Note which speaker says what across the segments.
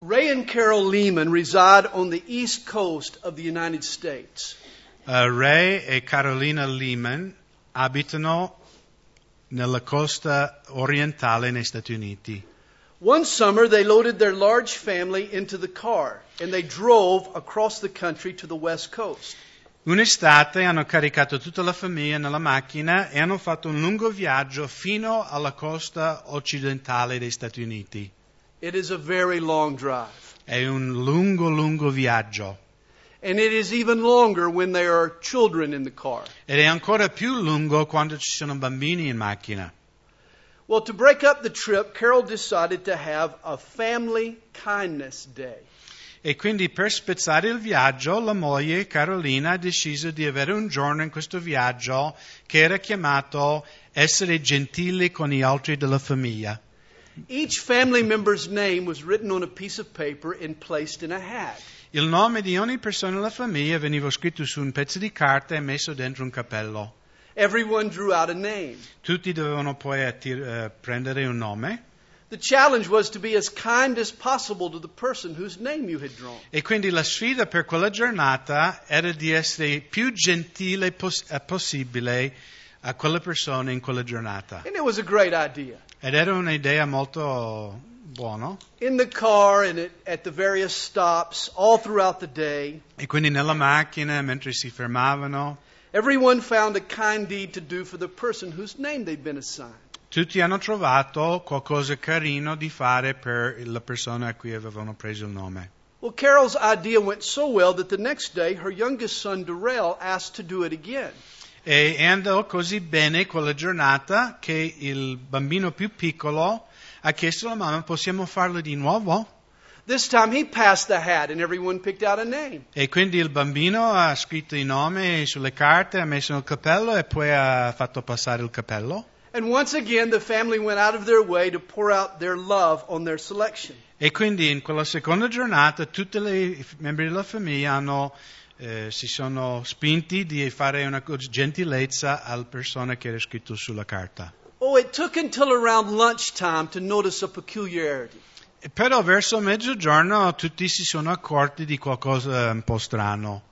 Speaker 1: Ray and Carol Lehman reside on the east coast of the United States.
Speaker 2: Eh, Ray e Carolina Lehman abitano nella costa orientale negli Stati Uniti.
Speaker 1: One summer, they loaded their large family into the car and they drove across the country to the west coast.
Speaker 2: Un'estate hanno caricato tutta la famiglia nella macchina e hanno fatto un lungo viaggio fino alla costa occidentale degli Stati Uniti.
Speaker 1: It is a very long drive.
Speaker 2: È un lungo, lungo viaggio.
Speaker 1: And it is even longer when there are children in the car.
Speaker 2: Ed è ancora più lungo quando ci sono bambini in macchina.
Speaker 1: Well, to break up the trip, Carol decided to have a family kindness day.
Speaker 2: E quindi per spezzare il viaggio, la moglie Carolina ha deciso di avere un giorno in questo viaggio che era chiamato essere gentili con gli altri della famiglia.
Speaker 1: Each family member's name was written on a piece of paper and placed in a hat.
Speaker 2: Il nome di ogni persona della famiglia veniva scritto su un pezzo di carta e messo dentro un cappello.
Speaker 1: Everyone drew out a name.
Speaker 2: Tutti dovevano poi attir- eh, prendere un nome
Speaker 1: The challenge was to be as kind as possible to the person whose name you had drawn.
Speaker 2: e quindi la sfida per quella giornata era di essere più gentile pos- eh, possibile a quella persona in quella giornata.
Speaker 1: And it was a great idea.
Speaker 2: Ed era un'idea molto buona.
Speaker 1: In the car and at, at the various stops all throughout the day,
Speaker 2: E quindi nella macchina, mentre si fermavano,
Speaker 1: everyone found a kind deed to do for the person whose name they'd been assigned.
Speaker 2: tutti hanno trovato qualcosa carino di fare per la persona a cui avevano preso il nome.
Speaker 1: Well, Carol's idea went so well that the next day her youngest son, Darrell, asked to do it again.
Speaker 2: E e andò così bene quella giornata che il bambino più piccolo ha chiesto alla mamma possiamo farlo di nuovo?
Speaker 1: This time he passed the hat and everyone picked out a name.
Speaker 2: E quindi il bambino ha scritto i nomi sulle carte, ha messo nel cappello e poi ha fatto passare il cappello.
Speaker 1: And once again, the family went out of their way to pour out their love on their selection.
Speaker 2: E quindi in quella seconda giornata tutti i f- membri della famiglia hanno, eh, si sono spinti di fare una co- gentilezza alla persona che era scritto sulla carta.
Speaker 1: Oh, it took until around lunchtime to notice a peculiarity.
Speaker 2: E però verso mezzogiorno tutti si sono accorti di qualcosa un po' strano.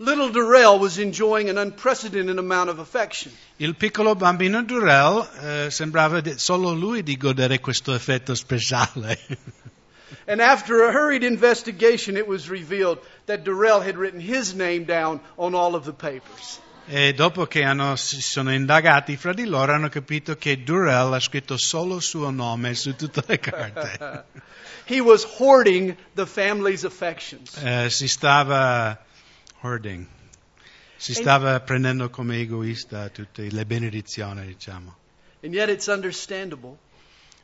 Speaker 1: Little Darrell was enjoying an unprecedented amount of affection.
Speaker 2: Il piccolo bambino Durrell eh, sembrava de- solo lui di godere questo effetto speciale.
Speaker 1: And after a hurried investigation, it was revealed that Darrell had written his name down on all of the papers.
Speaker 2: e dopo che hanno, si sono indagati fra di loro hanno capito che Durrell ha scritto solo il suo nome su tutte le carte.
Speaker 1: He was hoarding the family's affections.
Speaker 2: Eh, si stava hoarding, si stava prendendo come egoista tutte le benedizioni, diciamo.
Speaker 1: And yet it's understandable,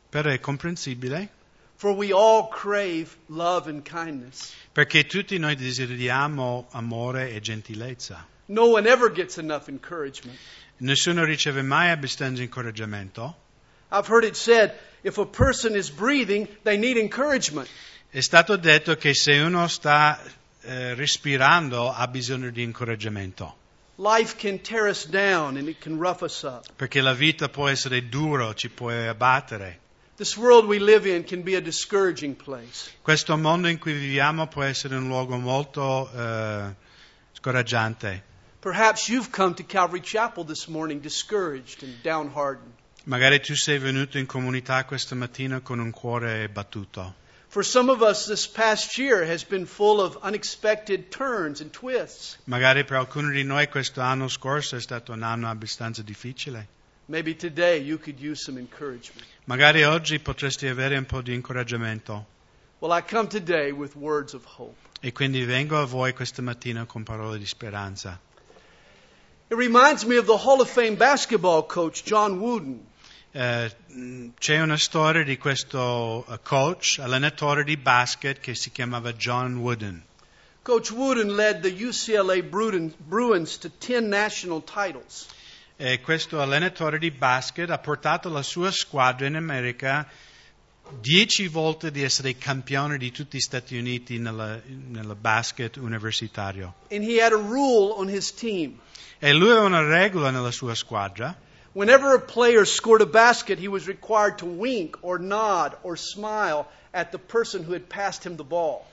Speaker 2: Però è comprensibile
Speaker 1: for we all crave love and kindness.
Speaker 2: perché tutti noi desideriamo amore e gentilezza.
Speaker 1: No one ever gets enough encouragement.
Speaker 2: Nessuno riceve mai abbastanza incoraggiamento.
Speaker 1: I've heard it said if a person is breathing, they need encouragement.
Speaker 2: È stato detto che se uno sta eh, respirando ha bisogno di incoraggiamento,
Speaker 1: Life can tear us down and it can rough us up.
Speaker 2: perché la vita può essere dura, ci può abbattere.
Speaker 1: This world we live in can be a discouraging place.
Speaker 2: Questo mondo in cui viviamo può essere un luogo molto eh, scoraggiante.
Speaker 1: Perhaps you've come to Calvary Chapel this morning discouraged and downhearted.
Speaker 2: Magari tu sei venuto in comunità questa mattina con un cuore battuto.
Speaker 1: For some of us, this past year has been full of unexpected turns and twists.
Speaker 2: Magari per alcuni di noi questo anno scorso è stato un anno abbastanza difficile.
Speaker 1: Maybe today you could use some encouragement.
Speaker 2: Magari oggi potresti avere un po' di incoraggiamento.
Speaker 1: Well, I come today with words of hope.
Speaker 2: E quindi vengo a voi questa mattina con parole di speranza.
Speaker 1: It reminds me of the Hall of Fame basketball coach, John Wooden.
Speaker 2: Eh, mh, c'è una storia di questo eh, coach, allenatore di basket che si chiamava John Wooden.
Speaker 1: Coach Wooden led the UCLA Bruin- Bruins to 10 national titles.
Speaker 2: E questo allenatore di basket ha portato la sua squadra in America dieci volte di essere campione di tutti gli Stati Uniti nella- nel basket universitario.
Speaker 1: And he had a rule on his team.
Speaker 2: E lui aveva una regola nella sua squadra.
Speaker 1: Whenever a player scored a basket, he was required to wink or nod or smile at the person who had passed him the ball.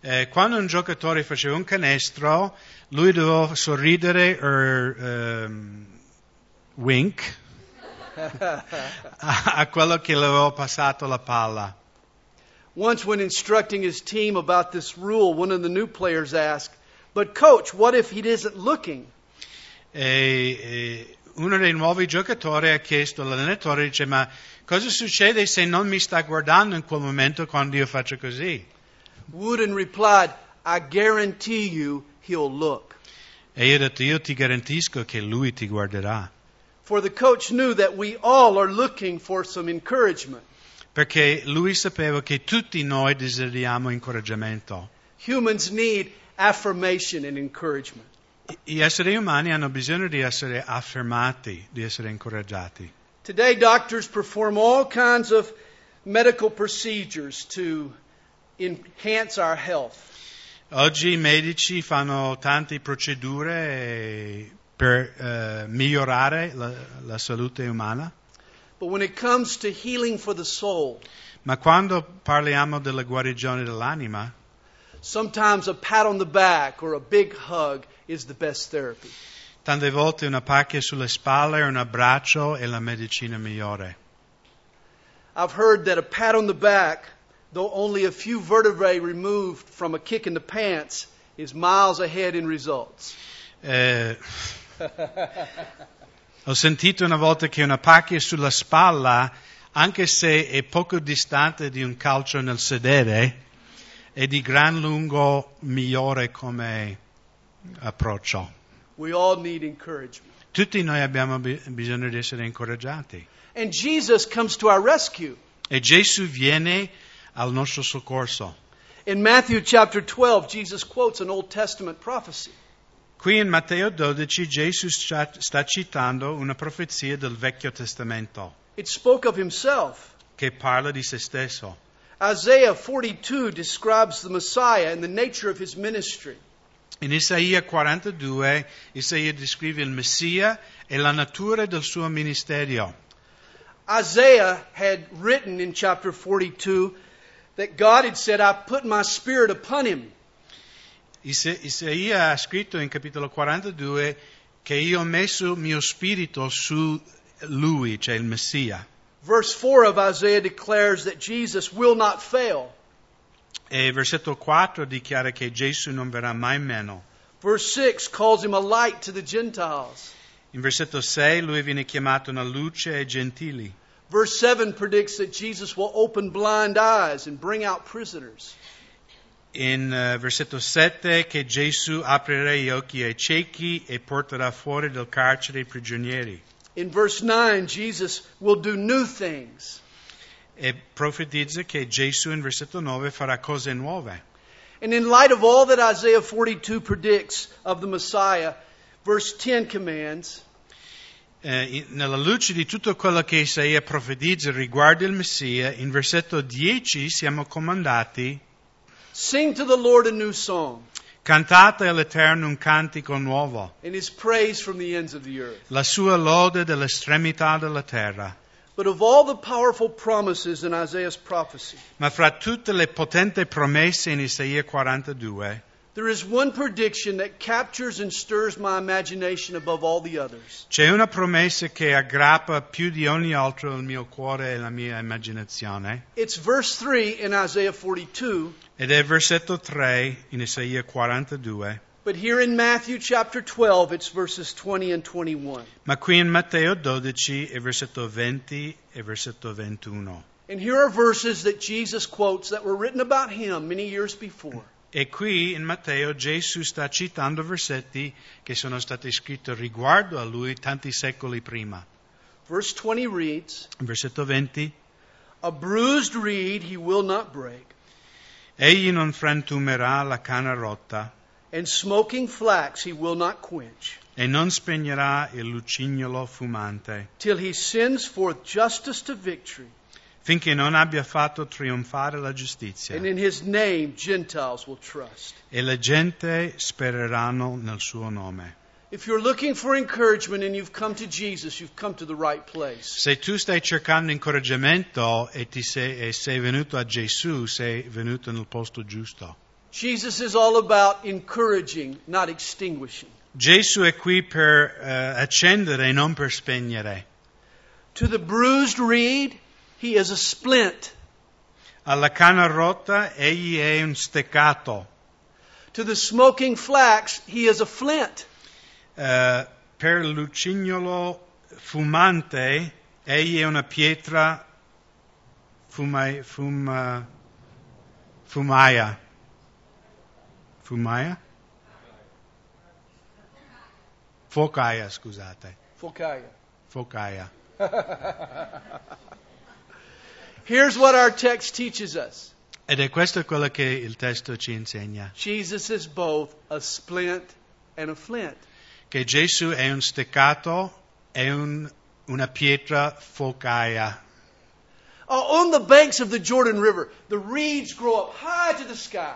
Speaker 2: Eh, quando un giocatore faceva un canestro, lui doveva sorridere or ehm, wink a, a quello che le aveva passato la palla.
Speaker 1: Once, when instructing his team about this rule, one of the new players asked, But, coach, what if he isn't looking?
Speaker 2: E, e uno dei nuovi giocatori ha chiesto all'allenatore, dice, ma cosa succede se non mi sta guardando in quel momento quando io faccio così?
Speaker 1: Wooden replied, I guarantee you he'll look.
Speaker 2: E io ho detto, io ti garantisco che lui ti guarderà,
Speaker 1: For the coach knew that we all are looking for some encouragement.
Speaker 2: perché lui sapeva che tutti noi desideriamo incoraggiamento.
Speaker 1: Humans need affirmation and encouragement.
Speaker 2: I- Gli esseri umani hanno bisogno di essere affermati, di essere incoraggiati.
Speaker 1: Today, doctors perform all kinds of medical procedures to enhance our health.
Speaker 2: Oggi i medici fanno tante procedure eh, per eh, migliorare la, la salute umana,
Speaker 1: But when it comes to healing for the soul,
Speaker 2: ma quando parliamo della guarigione dell'anima,
Speaker 1: sometimes a pat on the back or a big hug is the best therapy.
Speaker 2: tante volte una pacchia sulle spalle, un abbraccio è la medicina migliore.
Speaker 1: I've heard that a pat on the back, though only a few vertebrae removed from a kick in the pants, is miles ahead in results.
Speaker 2: Eh, ho sentito una volta che una pacchia sulla spalla, anche se è poco distante di un calcio nel sedere, è di gran lungo migliore come approccio.
Speaker 1: We all need encouragement.
Speaker 2: Tutti noi abbiamo bi- bisogno di essere incoraggiati.
Speaker 1: And Jesus comes to our rescue.
Speaker 2: E Gesù viene al nostro soccorso.
Speaker 1: In Matthew chapter 12, Jesus quotes an Old Testament prophecy.
Speaker 2: Qui in Matteo 12 Gesù sta sta citando una profezia del Vecchio Testamento
Speaker 1: It spoke of himself.
Speaker 2: che parla di se stesso.
Speaker 1: Isaiah 42 describes the Messiah and the nature of his ministry.
Speaker 2: In Isaia 42, Isaia descrive il Messia e la natura del suo ministero.
Speaker 1: Isaiah had written in chapter 42 that God had said, I put my spirit upon him.
Speaker 2: Ise- Isaia ha scritto in capitolo 42 che io ho messo il mio spirito su lui, cioè il Messia.
Speaker 1: Verse 4 of Isaiah declares that Jesus will not fail.
Speaker 2: E versetto 4 dichiara che Gesù non verrà mai meno.
Speaker 1: Verse 6 calls him a light to the Gentiles.
Speaker 2: In versetto 6 lui viene chiamato una luce ai gentili.
Speaker 1: Verse 7 predicts that Jesus will open blind eyes and bring out prisoners.
Speaker 2: In eh, versetto 7 che Gesù aprirà gli occhi ai ciechi e porterà fuori dal carcere i prigionieri.
Speaker 1: In verse 9, Jesus will do new things.
Speaker 2: e profetizza che Gesù in versetto 9 farà cose nuove.
Speaker 1: And in light of all that Isaiah 42 predicts of the Messiah, verse 10 commands
Speaker 2: Eh, in- nella luce di tutto quello che Isaia profetizza riguardo il Messia, in versetto 10 siamo comandati,
Speaker 1: Sing to the Lord a new song,
Speaker 2: cantate all'Eterno un cantico nuovo,
Speaker 1: and his praise from the ends of the earth.
Speaker 2: la sua lode dell'estremità della terra.
Speaker 1: But of all the powerful promises in Isaiah's prophecy,
Speaker 2: Ma fra tutte le potenti promesse in Isaia 42,
Speaker 1: There is one prediction that captures and stirs my imagination above all the others.
Speaker 2: c'è una promessa che aggrappa più di ogni altro il mio cuore e la mia immaginazione,
Speaker 1: It's verse 3 in Isaiah 42,
Speaker 2: ed è versetto 3 in Isaia 42.
Speaker 1: but here in Matthew chapter 12, it's verses 20 and 21.
Speaker 2: Ma qui in Matteo 12 e versetto 20 e versetto 21.
Speaker 1: And here are verses that Jesus quotes that were written about him many years before.
Speaker 2: E qui in Matteo Gesù sta citando versetti che sono stati scritti riguardo a lui tanti secoli prima.
Speaker 1: Verse 20 reads,
Speaker 2: Versetto 20.
Speaker 1: A bruised reed he will not break,
Speaker 2: Egli non frantumerà la canna rotta
Speaker 1: and smoking flax he will not quench,
Speaker 2: e non spegnerà il lucignolo fumante,
Speaker 1: till he sends forth justice to victory,
Speaker 2: finché non abbia fatto trionfare la giustizia
Speaker 1: and in his name Gentiles will trust.
Speaker 2: e le gente spereranno nel suo nome.
Speaker 1: If you're looking for encouragement and you've come to Jesus, you've come to the right place.
Speaker 2: Se tu stai cercando incoraggiamento e, ti sei, e sei venuto a Gesù, sei venuto nel posto giusto.
Speaker 1: Jesus is all about encouraging, not extinguishing.
Speaker 2: Gesù è qui per eh, accendere e non per spegnere.
Speaker 1: To the bruised reed, he is a splint.
Speaker 2: Alla canna rotta egli è un steccato.
Speaker 1: To the smoking flax, he is a flint.
Speaker 2: Eh, per l'ucignolo fumante egli è una pietra fuma- fuma- fumaia. Fumaia? Focaia, scusate.
Speaker 1: Focaya.
Speaker 2: Focaia.
Speaker 1: Here's what our text teaches us
Speaker 2: Ed è questo quello che il testo ci insegna,
Speaker 1: Jesus is both a splint and a flint.
Speaker 2: che Gesù è un steccato, è un- una pietra focaia.
Speaker 1: Uh, on the banks of the Jordan River, the reeds grow up high to the sky.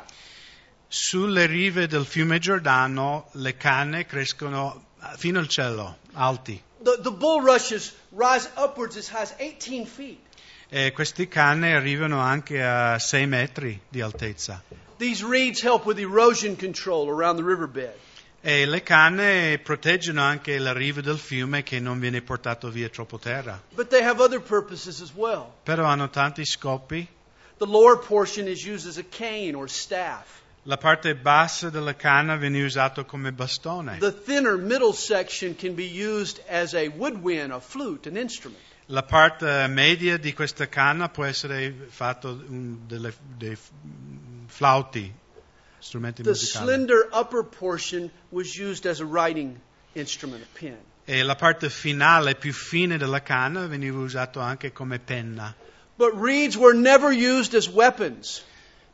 Speaker 2: Sulle rive del fiume Giordano le canne crescono fino al cielo, alti,
Speaker 1: The, the bulrushes rise upwards as high as 18 feet.
Speaker 2: e queste canne arrivano anche a 6 metri di altezza.
Speaker 1: These reeds help with erosion control around the riverbed.
Speaker 2: E le canne proteggono anche la riva del fiume che non viene portato via troppo terra.
Speaker 1: But they have other purposes as well.
Speaker 2: Però hanno tanti scopi.
Speaker 1: The lower portion is used as a cane or staff.
Speaker 2: La parte bassa della canna viene usata come bastone.
Speaker 1: The thinner middle section can be used as a woodwind, a flute, an instrument.
Speaker 2: La parte media di questa canna può essere fatta un- delle- dei f- flauti, strumenti
Speaker 1: The
Speaker 2: musicali.
Speaker 1: slender upper portion was used as a writing instrument, a pen.
Speaker 2: E la parte finale, più fine della canna, veniva usata anche come penna.
Speaker 1: But reeds were never used as weapons,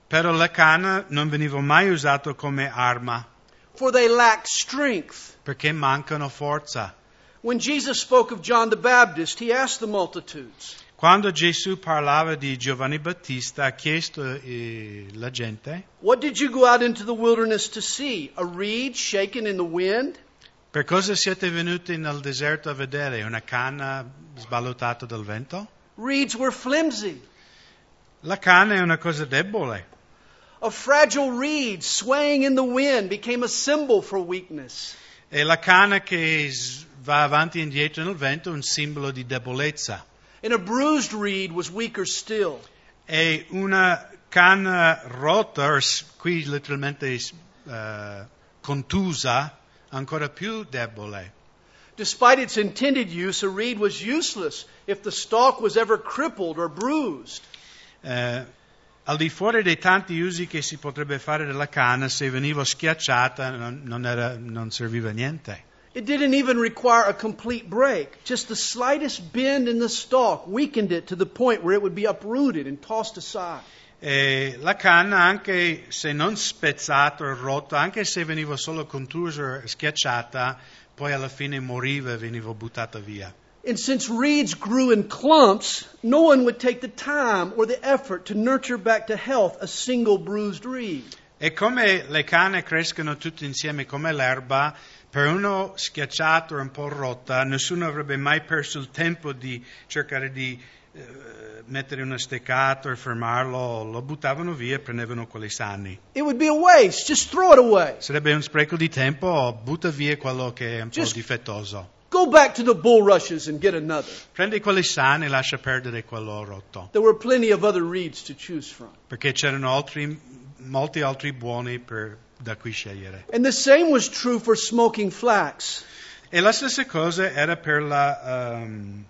Speaker 2: Però la canna non veniva mai usata come arma,
Speaker 1: for they lacked strength.
Speaker 2: perché mancano forza.
Speaker 1: When Jesus spoke of John the Baptist, he asked the multitudes,
Speaker 2: Quando Gesù parlava di Giovanni Battista, ha chiesto eh, la gente
Speaker 1: What did you go out into the wilderness to see? A reed shaken in the wind?
Speaker 2: Per cosa siete venuti nel deserto a vedere? Una canna sballottata dal vento?
Speaker 1: Reeds were flimsy.
Speaker 2: La canna è una cosa debole.
Speaker 1: A fragile reed swaying in the wind became a symbol for weakness.
Speaker 2: E la canna che s- va avanti e indietro nel vento è un simbolo di debolezza.
Speaker 1: And a bruised reed was weaker still.
Speaker 2: E una canna rotta, o s- qui letteralmente s- eh, contusa, ancora più debole.
Speaker 1: Despite its intended use, a reed was useless if the stalk was ever crippled or bruised.
Speaker 2: Eh, al di fuori dei tanti usi che si potrebbe fare della canna, se veniva schiacciata non, non era- non serviva a niente.
Speaker 1: It didn't even require a complete break. Just the slightest bend in the stalk weakened it to the point where it would be uprooted and tossed aside.
Speaker 2: E la canna, anche se non spezzata o rotta, anche se veniva solo contusa o schiacciata, poi alla fine moriva e veniva buttata via.
Speaker 1: And since reeds grew in clumps, no one would take the time or the effort to nurture back to health a single bruised reed.
Speaker 2: E come le canne crescono tutte insieme come l'erba, per uno schiacciato o un po' rotta, nessuno avrebbe mai perso il tempo di cercare di eh, mettere uno steccato e fermarlo, lo buttavano via e prendevano quelli sani.
Speaker 1: It would be a waste. Just throw it away.
Speaker 2: Sarebbe un spreco di tempo, butta via quello che è un po'
Speaker 1: Just-
Speaker 2: difettoso.
Speaker 1: Go back to the bulrushes and get another.
Speaker 2: Prendi quelli sani e lascia perdere quello rotto,
Speaker 1: There were plenty of other reeds to choose from.
Speaker 2: perché c'erano altri, molti altri buoni per- da cui scegliere.
Speaker 1: And the same was true for smoking flax.
Speaker 2: E la stessa cosa era per la ehm,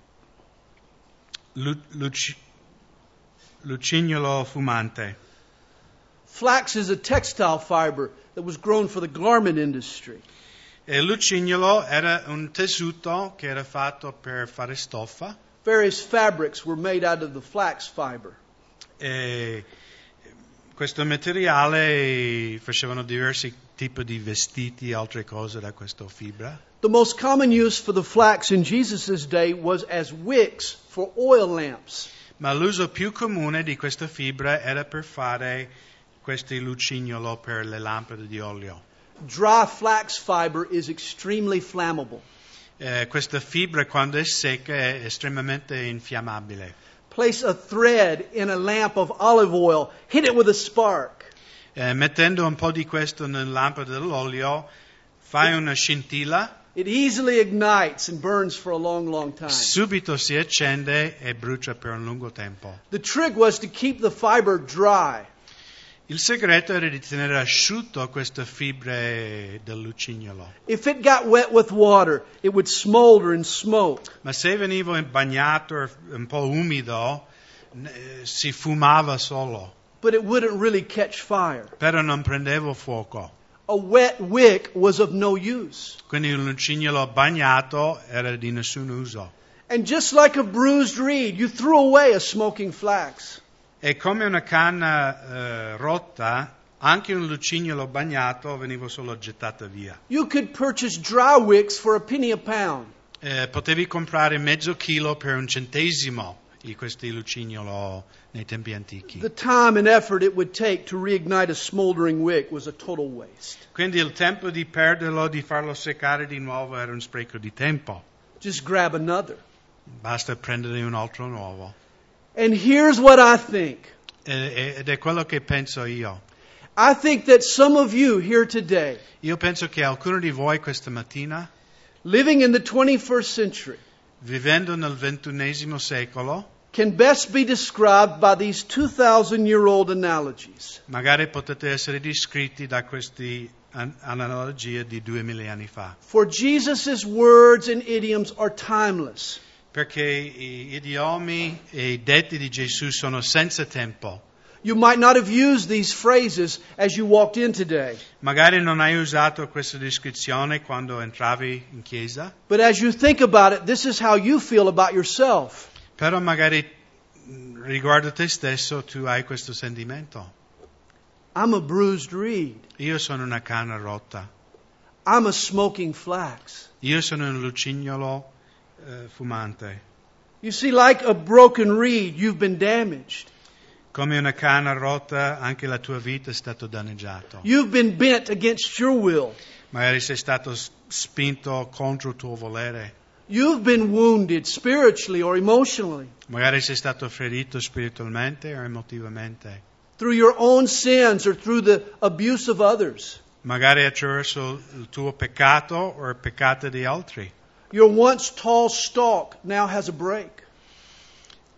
Speaker 2: lu- luci- lucignolo fumante.
Speaker 1: Flax is a textile fiber that was grown for the garment industry.
Speaker 2: E il lucignolo era un tessuto che era fatto per fare stoffa
Speaker 1: Various fabrics were made out of the flax fiber.
Speaker 2: e questo materiale facevano diversi tipi di vestiti e altre cose da questa fibra.
Speaker 1: The most common use for the flax in Jesus' day was as wicks for oil lamps.
Speaker 2: Ma l'uso più comune di questa fibra era per fare questi lucignolo per le lampade di olio.
Speaker 1: dry flax fiber is extremely flammable.
Speaker 2: Eh, questa fibra quando è secca è estremamente infiammabile.
Speaker 1: Place a thread in a lamp of olive oil, hit it with a spark.
Speaker 2: Eh, mettendo un po' di questo nella lampada dell'olio fai una scintilla,
Speaker 1: It easily ignites and burns for a long, long time.
Speaker 2: subito si accende e brucia per un lungo tempo.
Speaker 1: The trick was to keep the fiber dry.
Speaker 2: Il segreto era di tenere asciutto queste fibre del lucignolo,
Speaker 1: If it got wet with water, it would smolder and smoke.
Speaker 2: ma se veniva bagnato e un po' umido eh, si fumava solo,
Speaker 1: but it wouldn't really catch fire.
Speaker 2: però non prendeva fuoco.
Speaker 1: A wet wick was of no use.
Speaker 2: Quindi il lucignolo bagnato era di nessun uso.
Speaker 1: And just like a bruised reed, you threw away a smoking flax.
Speaker 2: E come una canna eh, rotta, anche un lucignolo bagnato veniva solo gettata via.
Speaker 1: You could purchase dry wicks for a penny a pound.
Speaker 2: Eh, potevi comprare mezzo chilo per un centesimo di questi lucignolo nei tempi antichi.
Speaker 1: The time and effort it would take to reignite a smoldering wick was a total waste.
Speaker 2: Quindi il tempo di perderlo, di farlo seccare di nuovo era un spreco di tempo.
Speaker 1: Just grab another.
Speaker 2: Basta prendere un altro nuovo.
Speaker 1: And here's what I think
Speaker 2: E- e- ed è quello che penso io.
Speaker 1: I think that some of you here today,
Speaker 2: Io penso che alcuni di voi questa mattina,
Speaker 1: living in the 21st century,
Speaker 2: vivendo nel ventunesimo secolo,
Speaker 1: can best be described by these 2,000 year old analogies.
Speaker 2: magari potete essere descritti da queste analogie di duemila anni fa,
Speaker 1: For Jesus' words and idioms are timeless.
Speaker 2: perché i idiomi e i detti di Gesù sono senza tempo.
Speaker 1: You might not have used these phrases as you walked in today,
Speaker 2: Magari non hai usato questa descrizione quando entravi in chiesa,
Speaker 1: but as you think about it, this is how you feel about yourself.
Speaker 2: però magari mh, riguardo te stesso tu hai questo sentimento.
Speaker 1: I'm a bruised reed.
Speaker 2: Io sono una canna rotta,
Speaker 1: I'm a smoking flax.
Speaker 2: io sono un lucignolo eh, fumante.
Speaker 1: You see, like a broken reed, you've been damaged.
Speaker 2: Come una canna rotta anche la tua vita è stata danneggiata.
Speaker 1: You've been bent against your will.
Speaker 2: Magari sei stato s- spinto contro il tuo volere,
Speaker 1: You've been wounded spiritually or emotionally
Speaker 2: magari sei stato ferito spiritualmente o emotivamente,
Speaker 1: through your own sins or through the abuse of others.
Speaker 2: magari attraverso il tuo peccato o il peccato di altri.
Speaker 1: Your once tall stalk now has a break.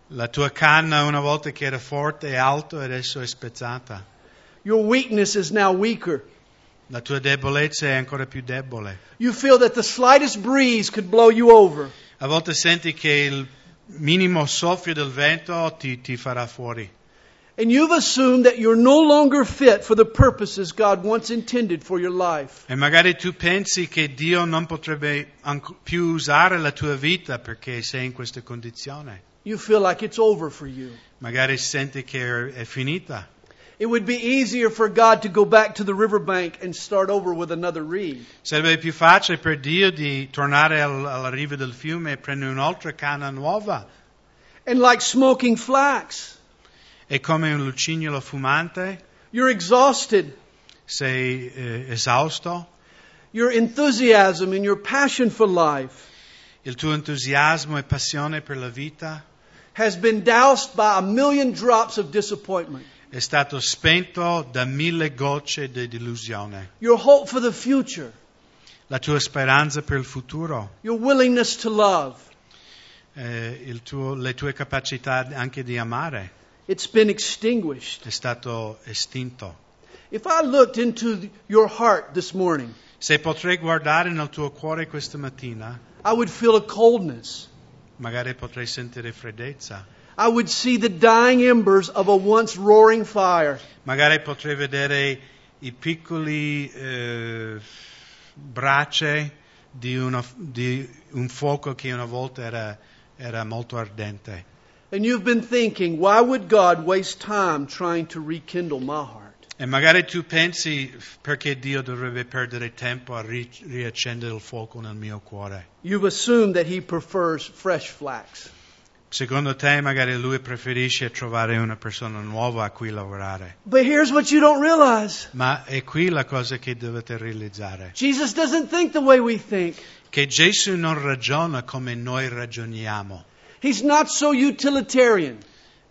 Speaker 2: La tua canna una volta che era forte e alto adesso è spezzata.
Speaker 1: Your weakness is now weaker.
Speaker 2: La tua debolezza è ancora più debole.
Speaker 1: You feel that the slightest breeze could blow you over.
Speaker 2: A volte senti che il minimo soffio del vento ti, ti farà fuori.
Speaker 1: And you've assumed that you're no longer fit for the purposes God once intended for your life.
Speaker 2: E magari tu pensi che Dio non potrebbe anco- più usare la tua vita perché sei in questa condizione.
Speaker 1: You feel like it's over for you.
Speaker 2: Magari senti che è finita.
Speaker 1: It would be easier for God to go back to the riverbank and start over with another reed.
Speaker 2: Sarebbe più facile per Dio di tornare al- alla riva del fiume e prendere un'altra canna nuova.
Speaker 1: And like smoking flax,
Speaker 2: E come un lucignolo fumante,
Speaker 1: you're exhausted.
Speaker 2: sei eh, esausto,
Speaker 1: Your enthusiasm and your passion for life
Speaker 2: il tuo entusiasmo e passione per la vita
Speaker 1: has been doused by a million drops of disappointment.
Speaker 2: è stato spento da mille gocce di delusione.
Speaker 1: Your hope for the future,
Speaker 2: La tua speranza per il futuro
Speaker 1: your willingness to love,
Speaker 2: eh, il tuo- le tue capacità anche di amare
Speaker 1: it's been extinguished.
Speaker 2: è stato estinto.
Speaker 1: If I looked into th- your heart this morning,
Speaker 2: Se potrei guardare nel tuo cuore questa mattina,
Speaker 1: I would feel a coldness.
Speaker 2: magari potrei sentire freddezza,
Speaker 1: I would see the dying embers of a once roaring fire.
Speaker 2: magari potrei vedere i piccoli eh, bracci di, una- di un fuoco che una volta era, era molto ardente.
Speaker 1: And you've been thinking, why would God waste time trying to rekindle my heart?
Speaker 2: E magari tu pensi perché Dio dovrebbe perdere tempo a ri- riaccendere il fuoco nel mio cuore.
Speaker 1: You've assumed that He prefers fresh flax.
Speaker 2: Secondo te magari lui preferisce trovare una persona nuova a cui lavorare.
Speaker 1: But here's what you don't realize
Speaker 2: Ma è qui la cosa che dovete realizzare.
Speaker 1: Jesus doesn't think the way we think.
Speaker 2: Che Gesù non ragiona come noi ragioniamo.
Speaker 1: He's not so utilitarian.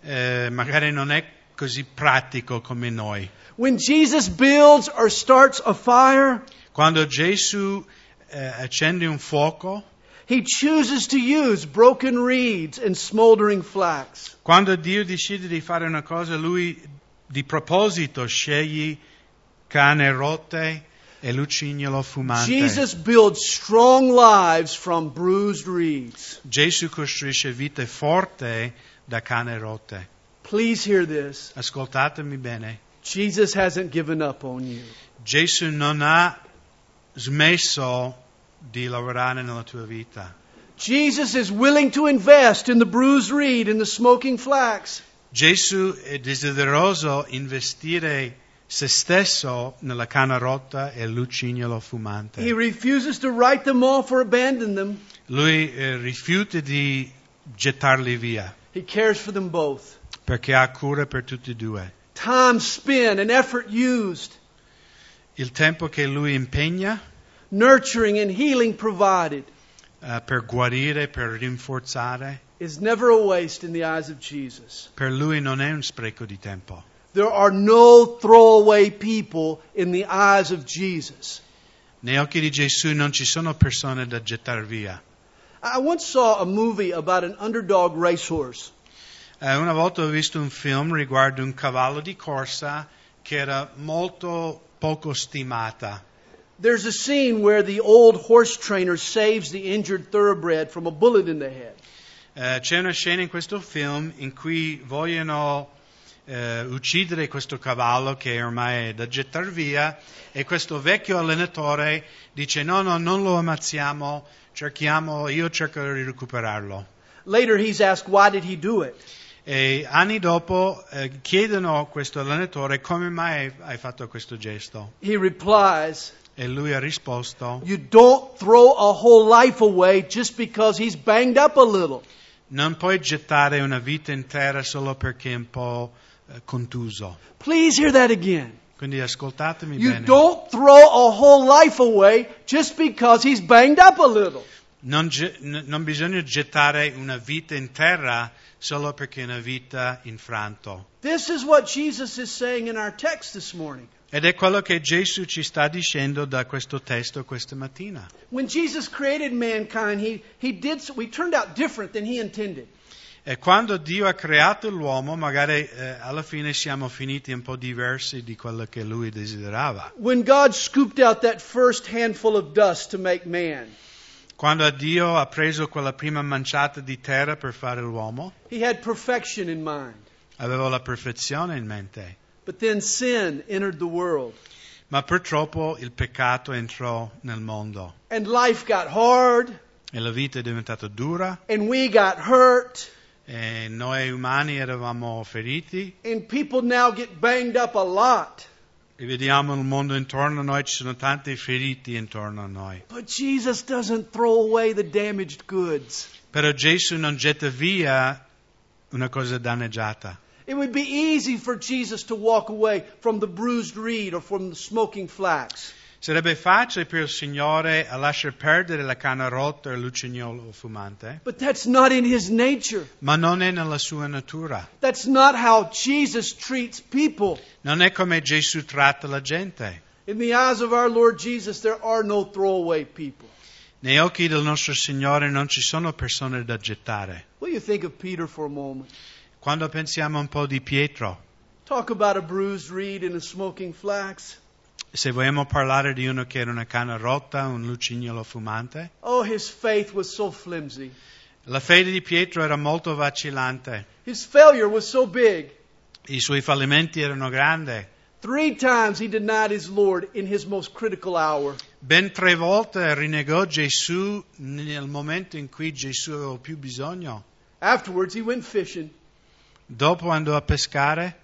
Speaker 2: Eh, magari non è così pratico come noi.
Speaker 1: When Jesus builds or starts a fire,
Speaker 2: Quando Gesù eh, accende un fuoco,
Speaker 1: he chooses to use broken reeds and smoldering flax.
Speaker 2: Quando Dio decide di fare una cosa, lui di proposito sceglie cane rotte e lucignolo fumante.
Speaker 1: Jesus builds strong lives from bruised reeds.
Speaker 2: Gesù costruisce vite forti da cane rotte.
Speaker 1: Please hear this.
Speaker 2: Ascoltatemi bene.
Speaker 1: Jesus hasn't given up on you.
Speaker 2: Gesù non ha smesso di lavorare nella tua vita.
Speaker 1: Jesus is willing to invest in the bruised reed and the smoking flax.
Speaker 2: Gesù è desideroso investire se stesso nella canna rotta e lucignolo fumante.
Speaker 1: He refuses to write them off or abandon them.
Speaker 2: Lui eh, rifiuta di gettarli via
Speaker 1: He cares for them both.
Speaker 2: perché ha cura per tutti e due.
Speaker 1: Time spent and effort used,
Speaker 2: Il tempo che lui impegna
Speaker 1: nurturing and healing provided,
Speaker 2: eh, per guarire, per rinforzare,
Speaker 1: is never a waste in the eyes of Jesus.
Speaker 2: per lui non è un spreco di tempo.
Speaker 1: There are no throwaway people in the eyes of Jesus.
Speaker 2: Nei occhi di Gesù non ci sono persone da gettare via.
Speaker 1: I once saw a movie about an underdog racehorse.
Speaker 2: Eh, una volta ho visto un film riguardo un cavallo di corsa che era molto poco stimata.
Speaker 1: There's a scene where the old horse trainer saves the injured thoroughbred from a bullet in the head.
Speaker 2: Eh, c'è una scena in questo film in cui vogliono eh, uccidere questo cavallo che ormai è da gettare via e questo vecchio allenatore dice no, no, non lo ammazziamo, cerchiamo, io cercherò di recuperarlo.
Speaker 1: Later, he's asked, Why did he do it?
Speaker 2: E anni dopo eh, chiedono a questo allenatore come mai hai fatto questo gesto
Speaker 1: He replies,
Speaker 2: e lui ha risposto
Speaker 1: You don't throw a whole life away just because he's banged up a little.
Speaker 2: Non puoi gettare una vita intera solo perché è un po' eh, contuso.
Speaker 1: Please hear that again.
Speaker 2: Quindi ascoltatemi
Speaker 1: You
Speaker 2: bene.
Speaker 1: don't throw a whole life away just because he's banged up a little.
Speaker 2: Non, ge- n- non bisogna gettare una vita intera solo perché è una vita in franto.
Speaker 1: This is what Jesus is saying in our text this morning.
Speaker 2: Ed è quello che Gesù ci sta dicendo da questo testo questa mattina.
Speaker 1: When Jesus created mankind, he, he did so, we turned out different than he intended.
Speaker 2: E quando Dio ha creato l'uomo, magari eh, alla fine siamo finiti un po' diversi di quello che lui desiderava.
Speaker 1: When God scooped out that first handful of dust to make man,
Speaker 2: Quando Dio ha preso quella prima manciata di terra per fare l'uomo,
Speaker 1: he had perfection in mind.
Speaker 2: aveva la perfezione in mente.
Speaker 1: But then sin entered the world,
Speaker 2: Ma purtroppo il peccato entrò nel mondo
Speaker 1: and life got hard,
Speaker 2: e la vita è diventata dura
Speaker 1: and we got hurt,
Speaker 2: e Eh, noi umani eravamo feriti
Speaker 1: and people now get banged up a lot.
Speaker 2: e vediamo il mondo intorno a noi, ci sono tanti feriti intorno a noi.
Speaker 1: But Jesus doesn't throw away the damaged goods.
Speaker 2: Però Gesù non getta via una cosa danneggiata.
Speaker 1: It would be easy for Jesus to walk away from the bruised reed or from the smoking flax.
Speaker 2: Sarebbe facile per il Signore a lasciare perdere la canna rotta e l'ucignolo fumante,
Speaker 1: But that's not in his nature.
Speaker 2: ma non è nella sua natura.
Speaker 1: That's not how Jesus treats people.
Speaker 2: Non è come Gesù tratta la gente.
Speaker 1: In the eyes of our Lord Jesus, there are no throwaway people.
Speaker 2: Nei occhi del nostro Signore non ci sono persone da gettare.
Speaker 1: What do you think of Peter for a moment?
Speaker 2: Quando pensiamo un po' di Pietro,
Speaker 1: Talk about a bruised reed and a smoking flax.
Speaker 2: se vogliamo parlare di uno che era una canna rotta, un lucignolo fumante,
Speaker 1: Oh, his faith was so flimsy.
Speaker 2: la fede di Pietro era molto vacillante.
Speaker 1: His failure was so big.
Speaker 2: I suoi fallimenti erano grandi.
Speaker 1: Three times he denied his Lord in his most critical hour.
Speaker 2: Ben tre volte rinnegò Gesù nel momento in cui Gesù aveva più bisogno.
Speaker 1: Afterwards, he went fishing.
Speaker 2: Dopo andò a pescare,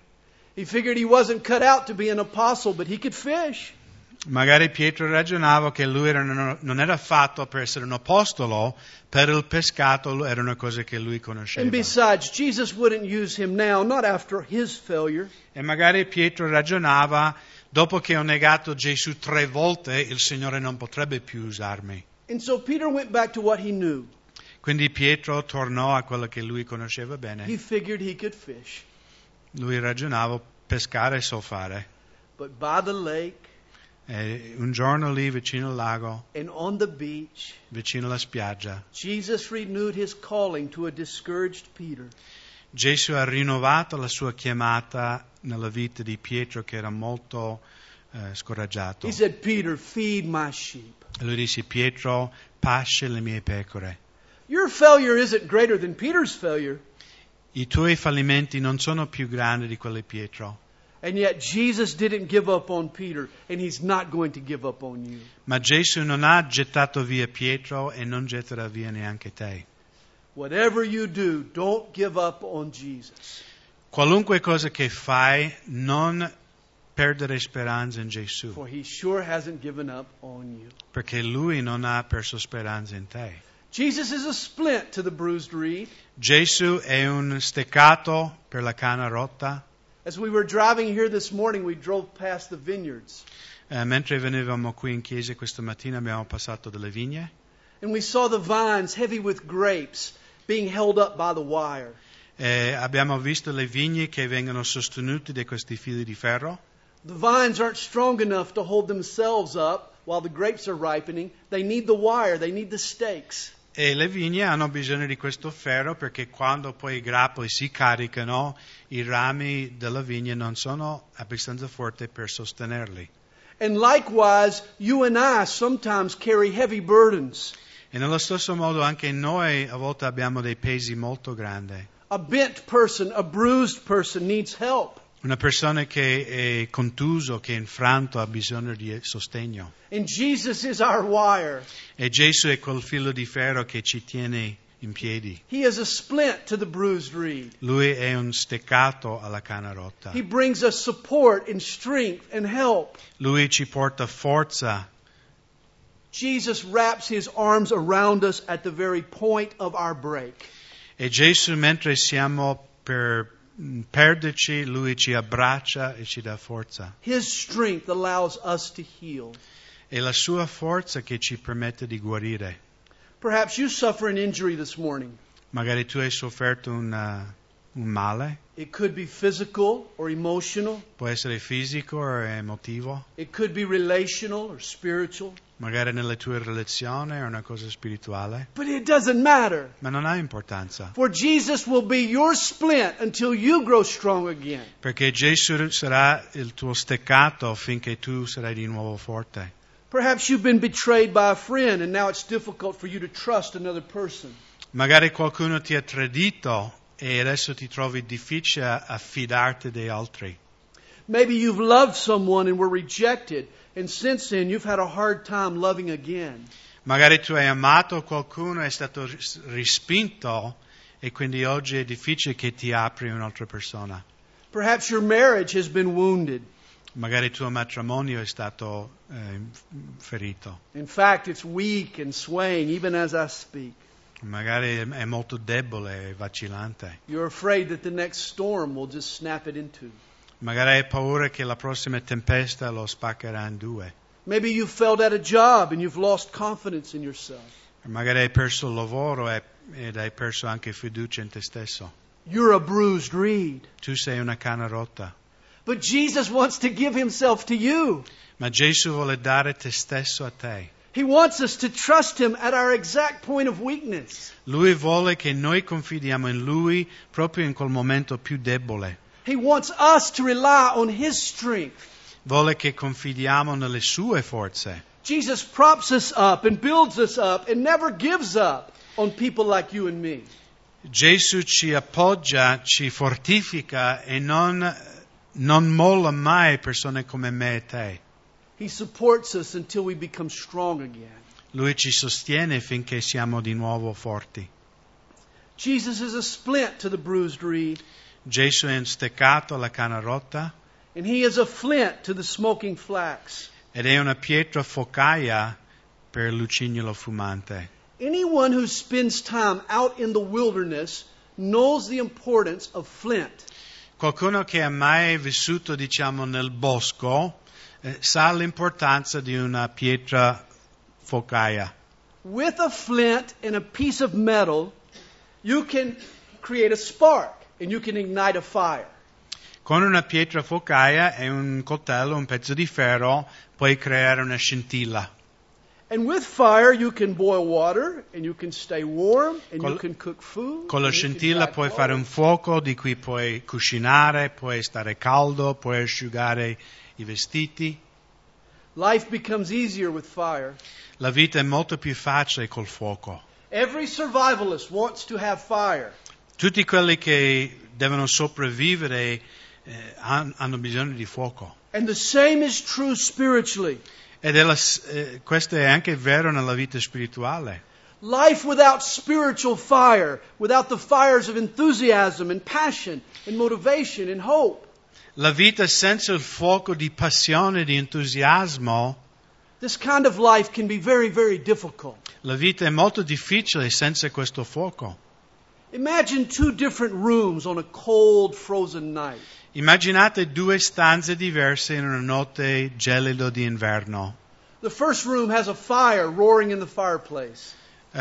Speaker 1: He figured he wasn't cut out to be an apostle, but he could fish.
Speaker 2: Magari Pietro ragionava che lui era- non era fatto per essere un apostolo, per il pescato era una cosa che lui
Speaker 1: And
Speaker 2: conosceva.
Speaker 1: besides, Jesus wouldn't use him now, not after his failure.
Speaker 2: E magari Pietro ragionava, dopo che ho negato Gesù tre volte, il Signore non potrebbe più usarmi.
Speaker 1: And so Peter went back to what he knew.
Speaker 2: Quindi Pietro tornò a quello che lui conosceva bene.
Speaker 1: He figured he could fish.
Speaker 2: Lui ragionava, pescare so fare.
Speaker 1: But by the lake
Speaker 2: E un giorno lì vicino al lago,
Speaker 1: and on the beach,
Speaker 2: vicino alla spiaggia,
Speaker 1: Jesus renewed his calling to a discouraged Peter.
Speaker 2: Gesù ha rinnovato la sua chiamata nella vita di Pietro che era molto eh, scoraggiato.
Speaker 1: He said, Peter, feed my sheep.
Speaker 2: E lui disse, Pietro, pasce le mie pecore.
Speaker 1: Your failure isn't greater than Peter's failure.
Speaker 2: I tuoi fallimenti non sono più grandi di quelli di Pietro.
Speaker 1: And yet Jesus didn't give up on Peter, and he's not going to give up on you.
Speaker 2: Ma Gesù non ha gettato via Pietro e non getterà via neanche te.
Speaker 1: Whatever you do, don't give up on Jesus.
Speaker 2: Qualunque cosa che fai, non perdere speranza in Gesù,
Speaker 1: For he sure hasn't given up on you.
Speaker 2: perché lui non ha perso speranza in te.
Speaker 1: Jesus is a splint to the bruised reed.
Speaker 2: Gesù è un steccato per la canna rotta.
Speaker 1: As we were driving here this morning, we drove past the vineyards,
Speaker 2: Eh, mentre venivamo qui in chiesa questa mattina abbiamo passato delle vigne
Speaker 1: and we saw the vines heavy with grapes being held up by the wire.
Speaker 2: e Eh, abbiamo visto le vigne che vengono sostenute da questi fili di ferro.
Speaker 1: The vines aren't strong enough to hold themselves up while the grapes are ripening. They need the wire, they need the stakes.
Speaker 2: E le vigne hanno bisogno di questo ferro perché quando poi i grappoli si caricano, i rami della vigna non sono abbastanza forti per sostenerli.
Speaker 1: And likewise, you and I sometimes carry heavy burdens.
Speaker 2: E nello stesso modo anche noi a volte abbiamo dei pesi molto grandi.
Speaker 1: A bent person, a bruised person needs help.
Speaker 2: Una persona che è contuso, che è infranto, ha bisogno di sostegno.
Speaker 1: And Jesus is our wire.
Speaker 2: E Gesù è quel filo di ferro che ci tiene in piedi.
Speaker 1: He is a splint to the bruised reed.
Speaker 2: Lui è un steccato alla canna rotta.
Speaker 1: He brings us support and strength and help.
Speaker 2: Lui ci porta forza.
Speaker 1: Jesus wraps his arms around us at the very point of our break.
Speaker 2: E Gesù, mentre siamo per mh, perderci, lui ci abbraccia e ci dà forza.
Speaker 1: His strength allows us to heal.
Speaker 2: È la sua forza che ci permette di guarire.
Speaker 1: Perhaps you suffer an injury this morning.
Speaker 2: Magari tu hai sofferto una- un male,
Speaker 1: It could be physical or emotional.
Speaker 2: può essere fisico o emotivo,
Speaker 1: It could be relational or spiritual.
Speaker 2: magari nelle tue relazioni o una cosa spirituale,
Speaker 1: But it doesn't matter.
Speaker 2: ma non ha importanza.
Speaker 1: For Jesus will be your splint until you grow strong again.
Speaker 2: Perché Gesù sarà il tuo steccato finché tu sarai di nuovo forte.
Speaker 1: Perhaps you've been betrayed by a friend and now it's difficult for you to trust another person.
Speaker 2: Magari qualcuno ti ha tradito e adesso ti trovi difficile a a fidarti degli altri.
Speaker 1: Maybe you've loved someone and were rejected, and since then you've had a hard time loving again.
Speaker 2: Magari tu hai amato qualcuno, è stato ris- respinto e quindi oggi è difficile che ti apri un'altra persona.
Speaker 1: Perhaps your marriage has been wounded.
Speaker 2: Magari il tuo matrimonio è stato eh, ferito,
Speaker 1: In fact, it's weak and swaying even as I speak.
Speaker 2: magari è- è molto debole e vacillante.
Speaker 1: You're afraid that the next storm will just snap it in two.
Speaker 2: Magari hai paura che la prossima tempesta lo spaccherà in due.
Speaker 1: Maybe you failed at a job and you've lost confidence in yourself.
Speaker 2: Magari hai perso il lavoro e- ed hai perso anche fiducia in te stesso.
Speaker 1: You're a bruised reed.
Speaker 2: Tu sei una canna rotta.
Speaker 1: But Jesus wants to give himself to you.
Speaker 2: Ma Gesù vuole dare te stesso a te.
Speaker 1: He wants us to trust him at our exact point of weakness.
Speaker 2: Lui vuole che noi confidiamo in Lui proprio in quel momento più debole.
Speaker 1: He wants us to rely on his strength.
Speaker 2: Vuole che confidiamo nelle sue forze.
Speaker 1: Jesus props us up and builds us up and never gives up on people like you and me.
Speaker 2: Gesù ci appoggia, ci fortifica e non, non molla mai persone come me e te.
Speaker 1: He supports us until we become strong again.
Speaker 2: Lui ci sostiene finché siamo di nuovo forti.
Speaker 1: Jesus is a splint to the bruised reed,
Speaker 2: Gesù è un steccato alla canna rotta
Speaker 1: and he is a flint to the smoking flax.
Speaker 2: ed è una pietra focaia per l'uccignolo fumante.
Speaker 1: Anyone who spends time out in the wilderness knows the importance of flint.
Speaker 2: Qualcuno che ha mai vissuto, diciamo, nel bosco eh, sa l'importanza di una pietra focaia.
Speaker 1: With a flint and a piece of metal, you can create a spark and you can ignite a fire.
Speaker 2: Con una pietra focaia e un coltello, un pezzo di ferro, puoi creare una scintilla.
Speaker 1: And with fire, you can boil water and you can stay warm and
Speaker 2: Con-
Speaker 1: you can cook food.
Speaker 2: Con la
Speaker 1: and you can
Speaker 2: scintilla
Speaker 1: dry
Speaker 2: puoi
Speaker 1: clothes.
Speaker 2: fare un fuoco di cui puoi cucinare, puoi stare caldo, puoi asciugare i vestiti.
Speaker 1: Life becomes easier with fire.
Speaker 2: La vita è molto più facile col fuoco.
Speaker 1: Every survivalist wants to have fire.
Speaker 2: Tutti quelli che devono sopravvivere eh, han- hanno bisogno di fuoco.
Speaker 1: And the same is true spiritually.
Speaker 2: Ed è la s- eh, questo è anche vero nella vita spirituale.
Speaker 1: Life without spiritual fire, without the fires of enthusiasm and passion and motivation and hope,
Speaker 2: La vita senza il fuoco di passione, di entusiasmo,
Speaker 1: this kind of life can be very, very difficult.
Speaker 2: la vita è molto difficile senza questo fuoco.
Speaker 1: Imagine two different rooms on a cold, frozen night.
Speaker 2: Immaginate due stanze diverse in una notte gelido di inverno.
Speaker 1: The first room has a fire roaring in the fireplace.
Speaker 2: Eh,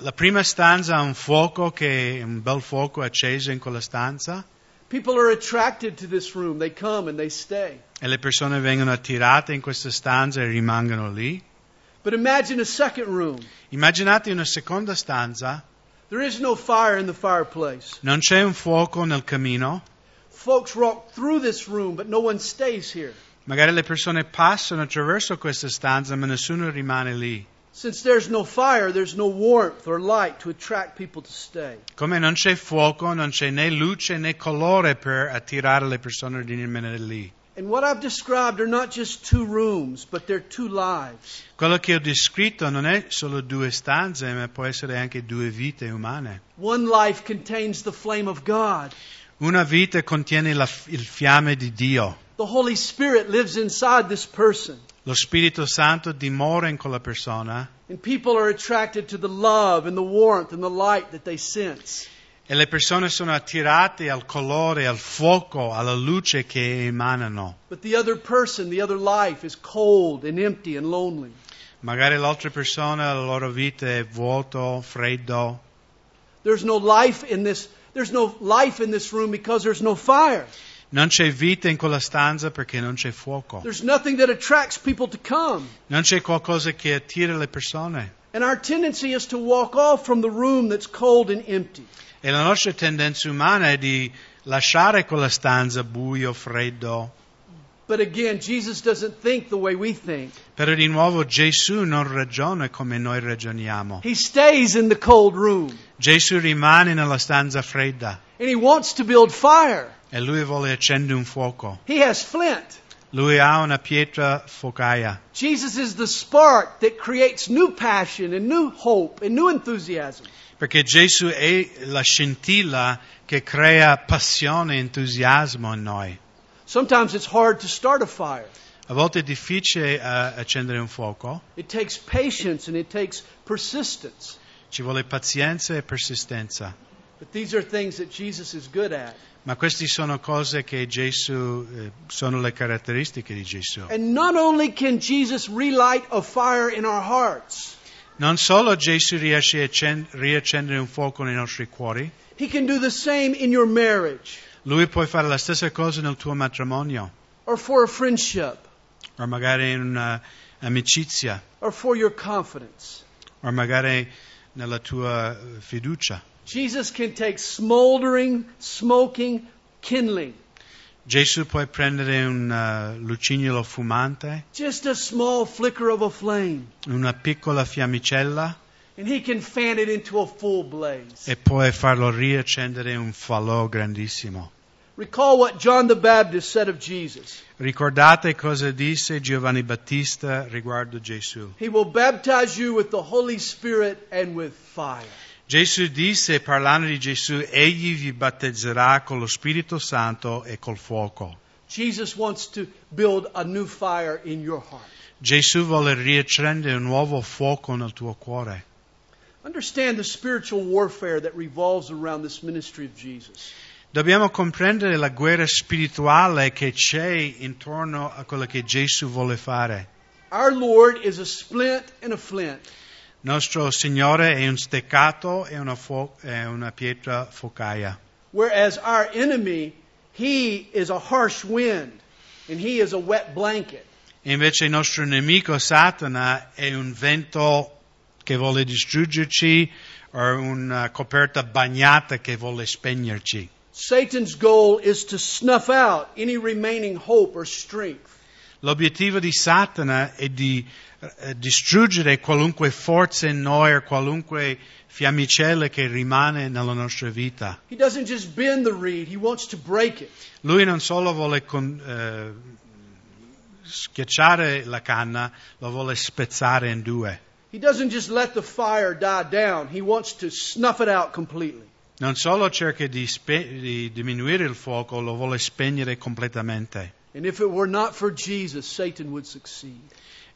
Speaker 2: la prima stanza ha un fuoco che un bel fuoco acceso in quella stanza
Speaker 1: People are attracted to this room. They come and they stay.
Speaker 2: e le persone vengono attirate in questa stanza e rimangono lì.
Speaker 1: But imagine a second room.
Speaker 2: Immaginate una seconda stanza,
Speaker 1: There is no fire in the fireplace.
Speaker 2: non c'è un fuoco nel camino,
Speaker 1: Folks walk through this room, but no one stays here.
Speaker 2: magari le persone passano attraverso questa stanza ma nessuno rimane lì.
Speaker 1: Since there's no fire, there's no warmth or light to attract people to stay.
Speaker 2: Come non c'è fuoco, non c'è né luce né colore per attirare le persone di rimanere lì.
Speaker 1: And what I've described are not just two rooms, but they're two lives.
Speaker 2: Quello che ho descritto non è solo due stanze, ma può essere anche due vite umane.
Speaker 1: One life contains the flame of God.
Speaker 2: Una vita contiene la, il fiamme di Dio.
Speaker 1: The Holy Spirit lives inside this person.
Speaker 2: Lo Spirito Santo dimora in quella persona
Speaker 1: And people are attracted to the love and the warmth and the light that they sense.
Speaker 2: e le persone sono attirate al colore, al fuoco, alla luce che emanano.
Speaker 1: But the other person, the other life, is cold and empty and lonely.
Speaker 2: Magari l'altra persona, la loro vita è vuoto, freddo.
Speaker 1: There's no life in this. There's no life in this room because there's no fire.
Speaker 2: Non c'è vita in quella stanza perché non c'è fuoco.
Speaker 1: There's nothing that attracts people to come.
Speaker 2: Non c'è qualcosa che attira le persone.
Speaker 1: And our tendency is to walk off from the room that's cold and empty.
Speaker 2: E la nostra tendenza umana è di lasciare quella stanza buio, freddo.
Speaker 1: But again, Jesus doesn't think the way we think.
Speaker 2: Però di nuovo Gesù non ragiona come noi ragioniamo.
Speaker 1: He stays in the cold room.
Speaker 2: Gesù rimane nella stanza fredda
Speaker 1: And he wants to build fire.
Speaker 2: e lui vuole accendere un fuoco.
Speaker 1: He has flint.
Speaker 2: Lui ha una pietra focaia.
Speaker 1: Jesus is the spark that creates new passion and new hope and new enthusiasm.
Speaker 2: Perché Gesù è la scintilla che crea passione e entusiasmo in noi.
Speaker 1: Sometimes it's hard to start a fire.
Speaker 2: A volte è difficile eh, accendere un fuoco,
Speaker 1: It takes patience and it takes persistence.
Speaker 2: ci vuole pazienza e persistenza.
Speaker 1: But these are things that Jesus is good at.
Speaker 2: Ma queste sono cose che Gesù, eh, sono le caratteristiche di Gesù.
Speaker 1: And not only can Jesus relight a fire in our hearts,
Speaker 2: Non solo Gesù riesce a accen- riaccendere un fuoco nei nostri cuori,
Speaker 1: he can do the same in your marriage
Speaker 2: lui può fare la stessa cosa nel tuo matrimonio.
Speaker 1: or for a friendship
Speaker 2: o magari in un'amicizia,
Speaker 1: or for your confidence.
Speaker 2: o magari nella tua eh, fiducia.
Speaker 1: Jesus can take smoldering, smoking, kindling,
Speaker 2: Gesù può prendere un eh, lucignolo fumante,
Speaker 1: just a small flicker of a flame,
Speaker 2: una piccola fiammicella
Speaker 1: and he can fan it into a full blaze.
Speaker 2: e poi farlo riaccendere un falò grandissimo.
Speaker 1: Recall what John the Baptist said of Jesus.
Speaker 2: Ricordate cosa disse Giovanni Battista riguardo Gesù.
Speaker 1: He will baptize you with the Holy Spirit and with fire.
Speaker 2: Gesù disse, parlando di Gesù, egli vi battezzerà con lo Spirito Santo e col fuoco.
Speaker 1: Jesus wants to build a new fire in your heart.
Speaker 2: Gesù vuole riaccendere un nuovo fuoco nel tuo cuore.
Speaker 1: Understand the spiritual warfare that revolves around this ministry of Jesus.
Speaker 2: Dobbiamo comprendere la guerra spirituale che c'è intorno a quello che Gesù vuole fare.
Speaker 1: Our Lord is a splint and a flint.
Speaker 2: Nostro Signore è un steccato e una, fo- e una pietra focaia.
Speaker 1: Whereas our enemy, he is a harsh wind and he is a wet blanket.
Speaker 2: E invece il nostro nemico Satana è un vento che vuole distruggerci o una coperta bagnata che vuole spegnerci.
Speaker 1: Satan's goal is to snuff out any remaining hope or strength.
Speaker 2: L'obiettivo di Satana è di eh, distruggere qualunque forza in noi o qualunque fiammicella che rimane nella nostra vita.
Speaker 1: He doesn't just bend the reed, he wants to break it.
Speaker 2: Lui non solo vuole con- eh, schiacciare la canna, lo vuole spezzare in due.
Speaker 1: He doesn't just let the fire die down, he wants to snuff it out completely.
Speaker 2: Non solo cerca di, spe- di diminuire il fuoco, lo vuole spegnere completamente.
Speaker 1: And if it were not for Jesus, Satan would succeed.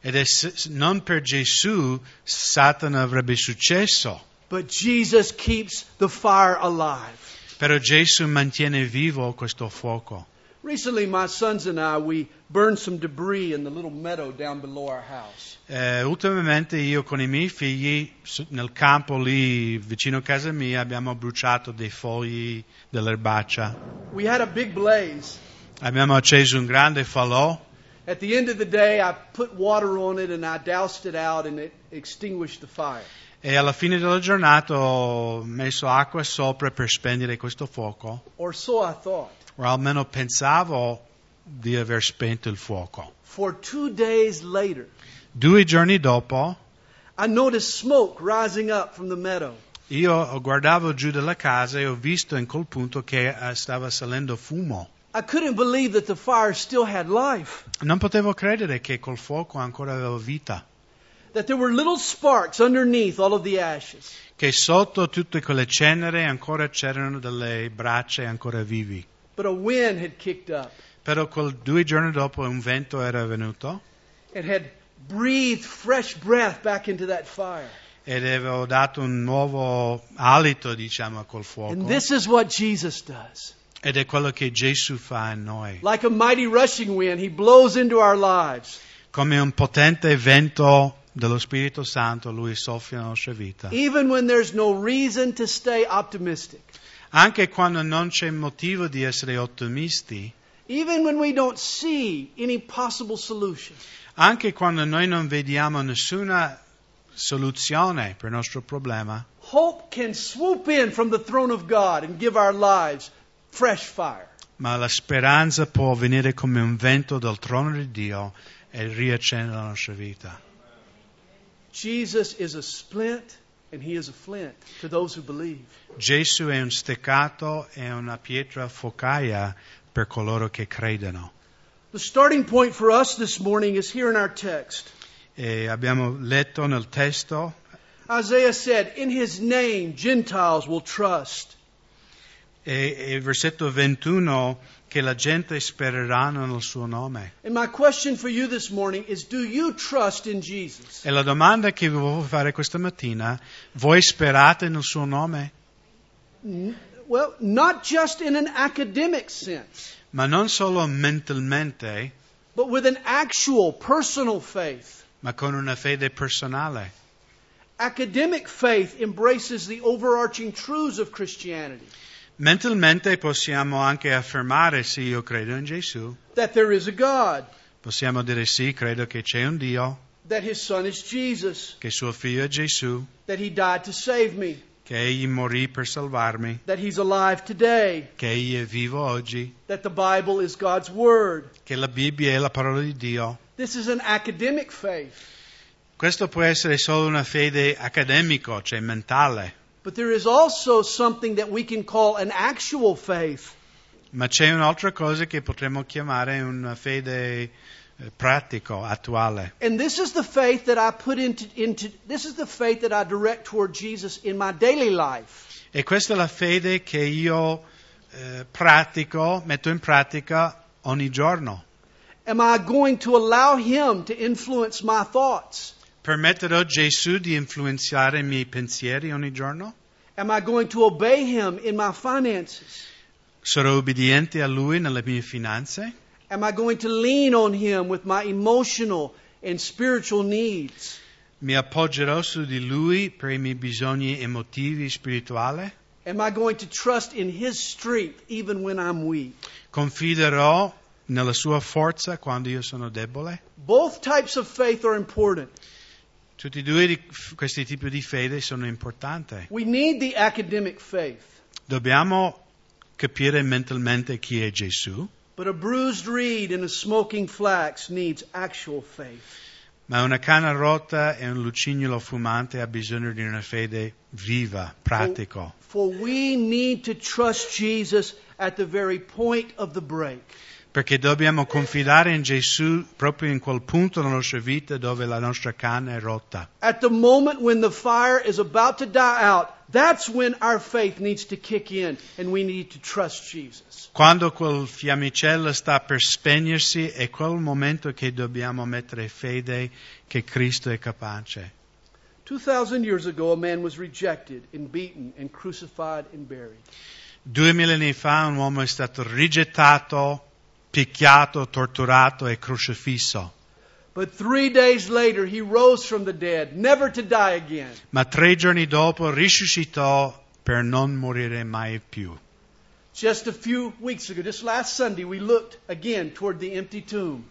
Speaker 2: Ed è s- non per Gesù Satana avrebbe successo,
Speaker 1: But Jesus keeps the fire alive.
Speaker 2: però Gesù mantiene vivo questo fuoco.
Speaker 1: Recently, my sons and I, we burned some debris in the little meadow down below our house.
Speaker 2: Eh, ultimamente io con i miei figli su- nel campo lì vicino a casa mia abbiamo bruciato dei fogli dell'erbaccia,
Speaker 1: We had a big blaze.
Speaker 2: abbiamo acceso un grande falò,
Speaker 1: At the end of the day, I put water on it and I doused it out and it extinguished the fire.
Speaker 2: e alla fine della giornata ho messo acqua sopra per spegnere questo fuoco,
Speaker 1: Or so I thought.
Speaker 2: o almeno pensavo di aver spento il fuoco.
Speaker 1: For two days later,
Speaker 2: Due giorni dopo
Speaker 1: I noticed smoke rising up from the meadow.
Speaker 2: io guardavo giù dalla casa e ho visto in quel punto che eh, stava salendo fumo.
Speaker 1: I couldn't believe that the fire still had life,
Speaker 2: Non potevo credere che col fuoco ancora avevo vita.
Speaker 1: that there were little sparks underneath all of the ashes.
Speaker 2: che sotto tutte quelle cenere ancora c'erano delle braccia ancora vivi.
Speaker 1: But a wind had kicked up
Speaker 2: Però quel due giorni dopo un vento era venuto
Speaker 1: and had breathed fresh breath back into that fire.
Speaker 2: ed avevo dato un nuovo alito, diciamo, col fuoco.
Speaker 1: And this is what Jesus does.
Speaker 2: Ed è quello che Gesù fa in noi.
Speaker 1: Like a mighty rushing wind, he blows into our lives,
Speaker 2: Come un potente vento dello Spirito Santo, Lui soffia la nostra vita.
Speaker 1: even when there's no reason to stay optimistic,
Speaker 2: Anche quando non c'è motivo di essere ottimisti,
Speaker 1: even when we don't see any possible solution.
Speaker 2: anche quando noi non vediamo nessuna soluzione per il nostro problema,
Speaker 1: Hope can swoop in from the throne of God and give our lives fresh fire.
Speaker 2: Ma la speranza può venire come un vento dal trono di Dio e riaccendere la nostra vita.
Speaker 1: Jesus is a splint and he is a flint to those who believe.
Speaker 2: Gesù è un steccato e una pietra focaia per coloro che credono.
Speaker 1: The starting point for us this morning is here in our text.
Speaker 2: E abbiamo letto nel testo,
Speaker 1: Isaiah said, In his name Gentiles will trust.
Speaker 2: e, e il versetto 21, che la gente spererà nel suo nome.
Speaker 1: And my question for you this morning is Do you trust in Jesus?
Speaker 2: E la domanda che vi voglio fare questa mattina, voi sperate nel suo nome?
Speaker 1: N- Well, not just in an academic sense,
Speaker 2: Ma non solo mentalmente,
Speaker 1: but with an actual personal faith.
Speaker 2: ma con una fede personale.
Speaker 1: Academic faith embraces the overarching truths of Christianity
Speaker 2: Mentalmente possiamo anche affermare sì, io credo in Gesù.
Speaker 1: that there is a God,
Speaker 2: Possiamo dire sì, credo che c'è un Dio,
Speaker 1: that his son is Jesus,
Speaker 2: che suo figlio è Gesù,
Speaker 1: that he died to save me,
Speaker 2: che egli morì per salvarmi,
Speaker 1: that he's alive today,
Speaker 2: che egli è vivo oggi,
Speaker 1: that the Bible is God's Word.
Speaker 2: che la Bibbia è la parola di Dio.
Speaker 1: This is an academic faith,
Speaker 2: Questo può essere solo una fede accademica, cioè mentale,
Speaker 1: but there is also something that we can call an actual faith.
Speaker 2: ma c'è un'altra cosa che potremmo chiamare una fede eh, pratica, attuale.
Speaker 1: And this is the faith that I put into, into this is the faith that I direct toward Jesus in my daily life.
Speaker 2: E questa è la fede che io eh, pratico, metto in pratica ogni giorno.
Speaker 1: Am I going to allow Him to influence my thoughts?
Speaker 2: Permetterò a Gesù di influenzare i miei pensieri ogni giorno?
Speaker 1: Am I going to obey Him in my finances?
Speaker 2: Sarò obbediente a Lui nelle mie finanze?
Speaker 1: Am I going to lean on Him with my emotional and spiritual needs?
Speaker 2: Mi appoggerò su di Lui per i miei bisogni emotivi e spirituali?
Speaker 1: Am I going to trust in His strength even when I'm weak?
Speaker 2: Confiderò nella Sua forza quando io sono debole?
Speaker 1: Both types of faith are important.
Speaker 2: Tutti e due di- f- questi tipi di fede sono importanti.
Speaker 1: We need the academic faith,
Speaker 2: Dobbiamo capire mentalmente chi è Gesù,
Speaker 1: but a bruised reed and a smoking flax needs actual faith.
Speaker 2: ma una canna rotta e un lucignolo fumante ha bisogno di una fede viva, pratica.
Speaker 1: For we need to trust Jesus at the very point of the break.
Speaker 2: Perché dobbiamo confidare in Gesù proprio in quel punto della nostra vita dove la nostra canna è rotta.
Speaker 1: At the moment when the fire is about to die out, that's when our faith needs to kick in and we need to trust Jesus.
Speaker 2: Quando quel fiammicello sta per spegnersi è quel momento che dobbiamo mettere fede che Cristo è capace.
Speaker 1: 2,000 years ago, a man was rejected and beaten and crucified and buried.
Speaker 2: Due millenni fa un uomo è stato rigettato, picchiato, torturato e crocifisso.
Speaker 1: But three days later, he rose from the dead, never to die again.
Speaker 2: ma tre giorni dopo risuscitò per non morire mai più.
Speaker 1: Just a few weeks ago, just last Sunday, we looked again toward the empty tomb.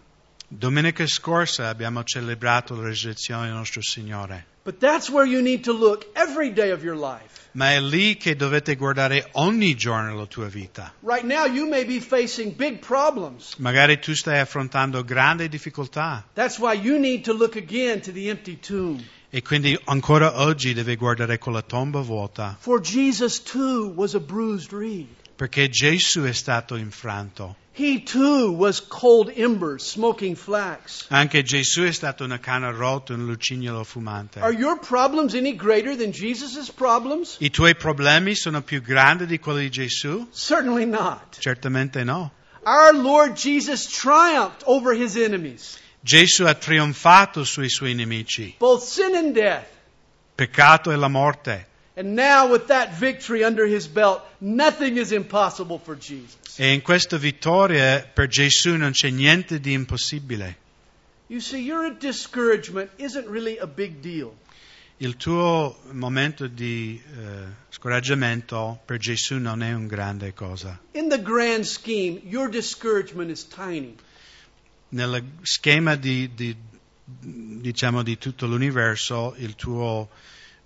Speaker 2: Domenica scorsa abbiamo celebrato la resurrezione del nostro Signore,
Speaker 1: But that's where you need to look every day of your life.
Speaker 2: ma è lì che dovete guardare ogni giorno la tua vita.
Speaker 1: Right now, you may be facing big problems.
Speaker 2: Magari tu stai affrontando grandi difficoltà
Speaker 1: That's why you need to look again to the empty tomb.
Speaker 2: e quindi ancora oggi devi guardare quella tomba vuota,
Speaker 1: For Jesus too was a bruised reed.
Speaker 2: perché Gesù è stato infranto.
Speaker 1: He too was cold embers smoking flax.
Speaker 2: Anche Gesù è stato una canna rotta, un lucignolo fumante.
Speaker 1: Are your problems any greater than Jesus' problems?
Speaker 2: I tuoi problemi sono più grandi di quelli di Gesù?
Speaker 1: Certainly not.
Speaker 2: Certamente no.
Speaker 1: Our Lord Jesus triumphed over his enemies,
Speaker 2: Gesù ha trionfato sui suoi nemici,
Speaker 1: both sin and death.
Speaker 2: peccato e la morte,
Speaker 1: And now, with that victory under his belt, nothing is impossible for Jesus.
Speaker 2: e in questa vittoria per Gesù non c'è niente di impossibile.
Speaker 1: You see, your discouragement isn't really a big deal.
Speaker 2: Il tuo momento di eh, scoraggiamento per Gesù non è una grande cosa.
Speaker 1: In the grand scheme, your discouragement is tiny.
Speaker 2: Nello schema di, di- diciamo, di tutto l'universo il tuo,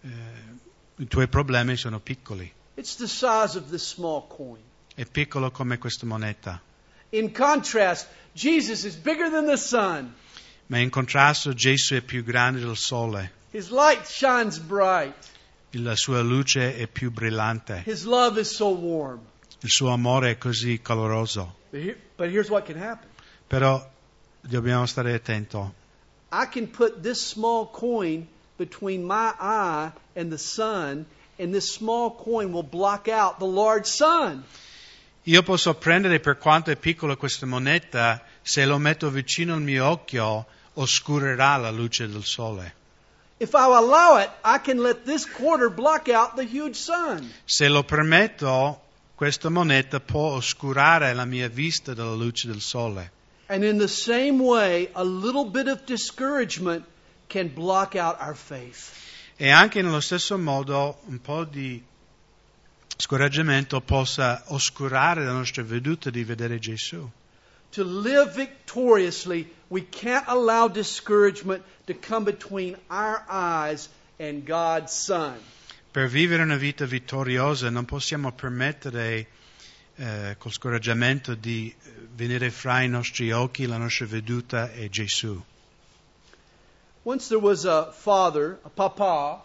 Speaker 2: eh, i tuoi problemi sono piccoli,
Speaker 1: It's the size of this small coin.
Speaker 2: è piccolo come questa moneta.
Speaker 1: In contrast, Jesus is bigger than the sun.
Speaker 2: Ma in contrasto Gesù è più grande del sole.
Speaker 1: His light shines bright.
Speaker 2: La sua luce è più brillante,
Speaker 1: His love is so warm.
Speaker 2: il suo amore è così caloroso.
Speaker 1: But, here- but here's what can happen
Speaker 2: Però dobbiamo stare attenti.
Speaker 1: I can put this small coin between my eye and the sun, and this small coin will block out the large sun.
Speaker 2: Io posso prendere per quanto è piccola questa moneta, se lo metto vicino al mio occhio oscurerà la luce del sole.
Speaker 1: If I allow it, I can let this quarter block out the huge sun.
Speaker 2: Se lo permetto, questa moneta può oscurare la mia vista dalla luce del sole.
Speaker 1: And in the same way, a little bit of discouragement can block out our faith.
Speaker 2: E anche nello stesso modo un po' di scoraggiamento possa oscurare la nostra veduta di vedere Gesù.
Speaker 1: To live victoriously, we can't allow discouragement to come between our eyes and God's Son.
Speaker 2: Per vivere una vita vittoriosa non possiamo permettere eh, col scoraggiamento di eh, venire fra i nostri occhi, la nostra veduta e Gesù.
Speaker 1: Once there was a father, a papa,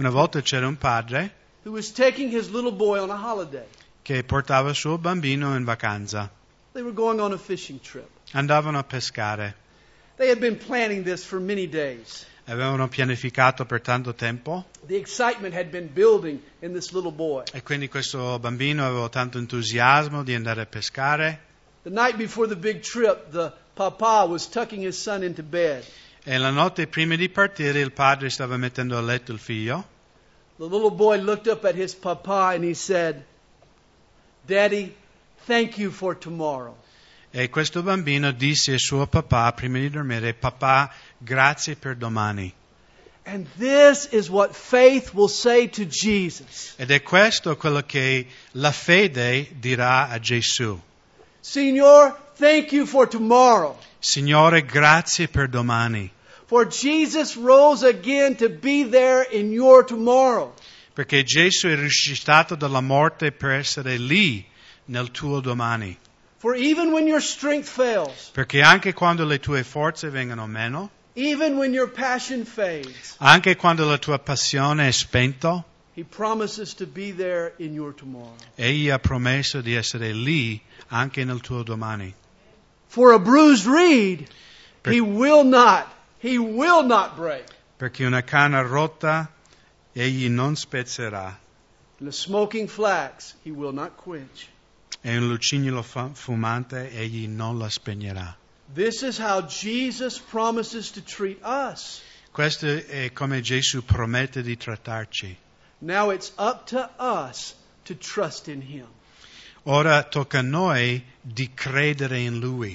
Speaker 2: Una volta c'era un padre
Speaker 1: who was taking his little boy on a holiday.
Speaker 2: che portava il suo bambino in vacanza.
Speaker 1: They were going on a fishing trip.
Speaker 2: Andavano a pescare.
Speaker 1: They had been planning this for many days.
Speaker 2: Avevano pianificato per tanto tempo
Speaker 1: The excitement had been building in this little boy.
Speaker 2: e quindi questo bambino aveva tanto entusiasmo di andare a pescare.
Speaker 1: The night before the big trip, the papa was tucking his son into bed.
Speaker 2: E la notte prima di partire il padre stava mettendo a letto il figlio
Speaker 1: The little boy looked up at his papa and he said, Daddy, thank you for tomorrow.
Speaker 2: e questo bambino disse a suo papà prima di dormire, papà, grazie per domani.
Speaker 1: And this is what faith will say to Jesus.
Speaker 2: Ed è questo quello che la fede dirà a Gesù.
Speaker 1: Senor, thank you for tomorrow.
Speaker 2: Signore, grazie per domani,
Speaker 1: For Jesus rose again to be there in your tomorrow.
Speaker 2: perché Gesù è risuscitato dalla morte per essere lì nel tuo domani.
Speaker 1: For even when your strength fails,
Speaker 2: Perché anche quando le tue forze vengono meno,
Speaker 1: even when your passion fades,
Speaker 2: anche quando la tua passione è spenta,
Speaker 1: He promises to be there in your tomorrow.
Speaker 2: egli ha promesso di essere lì anche nel tuo domani.
Speaker 1: For a bruised reed, He will not, He will not break.
Speaker 2: Perché una canna rotta egli non spezzerà
Speaker 1: And the smoking flax he will not quench.
Speaker 2: e un lucignolo fa- fumante egli non la spegnerà.
Speaker 1: This is how Jesus promises to treat us.
Speaker 2: Questo è come Gesù promette di trattarci.
Speaker 1: Now it's up to us to trust in him.
Speaker 2: Ora tocca a noi di credere in Lui.